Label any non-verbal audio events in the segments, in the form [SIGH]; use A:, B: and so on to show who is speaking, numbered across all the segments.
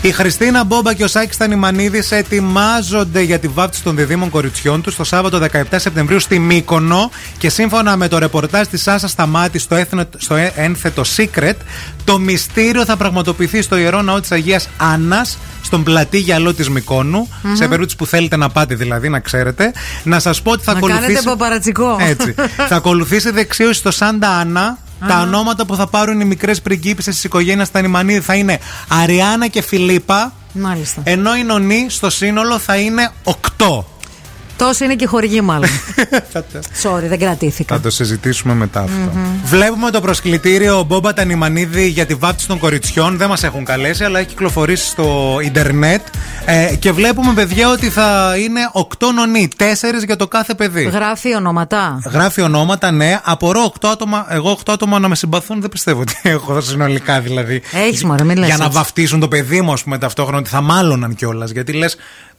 A: Η Χριστίνα Μπόμπα και ο Σάκης Τανιμανίδη ετοιμάζονται για τη βάφτιση των διδήμων κοριτσιών τους το Σάββατο 17 Σεπτεμβρίου στη Μύκονο και σύμφωνα με το ρεπορτάζ της Άσα Σταμάτης στο, έθνο, στο ένθετο Secret, το μυστήριο θα πραγματοποιηθεί στο ιερό ναό της Αγίας Άννας στον πλατή γυαλό της μικονου mm-hmm. σε περίπτωση που θέλετε να πάτε δηλαδή, να ξέρετε. Να σας πω ότι θα
B: να
A: ακολουθήσει.
B: Κάνετε παπαρατσικό.
A: Έτσι. θα ακολουθήσει δεξίωση στο Σάντα Άννα, τα ονόματα που θα πάρουν οι μικρές πριγκίπισε της οικογένειας Τανιμανίδη θα είναι Αριάννα και Φιλίπα.
B: [LAUGHS] Μάλιστα.
A: Ενώ η νονή στο σύνολο θα είναι 8.
B: Τόσο είναι και χορηγή,
A: [LAUGHS]
B: μάλλον. Sorry, δεν κρατήθηκα.
A: Θα το συζητήσουμε μετά αυτό. Mm-hmm. Βλέπουμε το προσκλητήριο Μπόμπα Τανιμανίδη για τη βάπτιση των κοριτσιών. Δεν μας έχουν καλέσει, αλλά έχει κυκλοφορήσει στο Ιντερνετ. Ε, και βλέπουμε, παιδιά, ότι θα είναι 8 νονοί, 4 για το κάθε παιδί.
B: Γράφει ονόματα.
A: Γράφει ονόματα, ναι. Απορώ 8 άτομα. Εγώ 8 άτομα να με συμπαθούν δεν πιστεύω ότι [LAUGHS] έχω συνολικά δηλαδή.
B: Έχεις μωρέ, μην Ε, λες
A: Για να
B: έτσι.
A: βαφτίσουν το παιδί μου, ας πούμε, ταυτόχρονα ότι θα μάλλοναν κιόλας. Γιατί λες,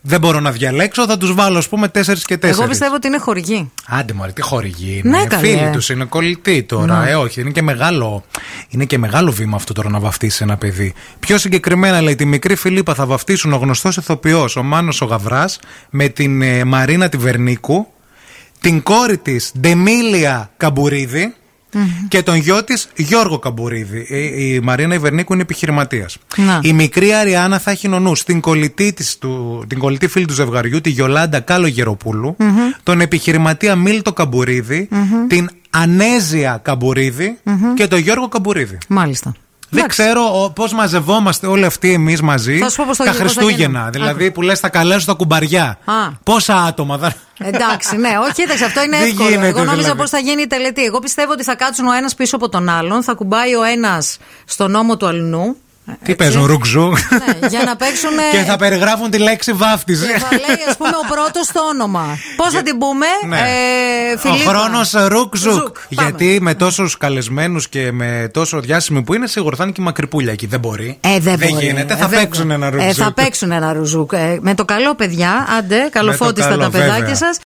A: δεν μπορώ να διαλέξω, θα τους βάλω ας πούμε 4 και 4.
B: Εγώ πιστεύω ότι είναι χορηγή.
A: Άντε μωρέ, τι χορηγή είναι.
B: Ναι, καλέ. Ναι.
A: Φίλοι τους είναι κολλητοί τώρα. Ε, όχι, είναι και, μεγάλο, είναι και μεγάλο βήμα αυτό τώρα να βαφτίσεις ένα παιδί. Πιο συγκεκριμένα, λέει, τη μικρή Φιλίπα θα βαφτίσουν ο γνωστός ηθοποιός, ο Μάνος ο Γαβράς, με την ε, Μαρίνα τη Βερνίκου, την κόρη της Ντεμίλια Καμπουρίδη, Και τον γιο της Γιώργο Καμπουρίδη. Η, η Μαρίνα Ιβερνίκου είναι επιχειρηματίας.
B: Να.
A: Η μικρή Αριάννα θα έχει νονούς στην κολλητή, της, του, την κολλητή φίλη του ζευγαριού, τη Γιολάντα Κάλο Γεροπούλου, τον επιχειρηματία Μίλτο Καμπουρίδη, την Ανέζια Καμπουρίδη και τον Γιώργο Καμπουρίδη.
B: Μάλιστα.
A: Δεν
B: Εντάξει.
A: ξέρω πώς μαζευόμαστε όλοι αυτοί εμείς μαζί
B: Θα σου πω πώς θα
A: τα
B: γίνει, πώς θα
A: Χριστούγεννα.
B: γίνει.
A: Δηλαδή που λες, θα καλέσω τα κουμπαριά.
B: Α.
A: Πόσα άτομα θα.
B: Εντάξει, ναι, όχι, εντάξει, αυτό
A: [LAUGHS]
B: είναι
A: Δεν
B: εύκολο.
A: γίνεται
B: Εγώ νόμιζα
A: δηλαδή.
B: πώς θα γίνει η τελετή. Εγώ πιστεύω ότι θα κάτσουν ο ένας πίσω από τον άλλον, θα κουμπάει ο ένας στον ώμο του αλλού.
A: Τι παίζουν, ρουκζού.
B: Ναι, για να παίξουν, ε,
A: Και θα περιγράφουν τη λέξη βάφτιση.
B: Θα λέει, ας πούμε, ο πρώτος το όνομα. Πώς θα την πούμε,
A: Ναι.
B: ε, Φιλίππα.
A: Ο χρόνος ρουκζουκ.
B: Ζουκ, πάμε.
A: Γιατί με τόσους καλεσμένους και με τόσο διάσημοι που είναι, σίγουρα θα είναι και μακρυπούλια εκεί. Δεν μπορεί.
B: Ε, δεν, μπορεί.
A: γίνεται.
B: Ε,
A: Θα
B: δεν
A: παίξουν
B: μπορεί.
A: ένα
B: Ε,
A: ρουκζουκ.
B: θα παίξουν ένα ρουζούκ. Ε, με το καλό, παιδιά. Άντε, καλοφώτιστα
A: καλό,
B: τα παιδάκια
A: βέβαια.
B: σας.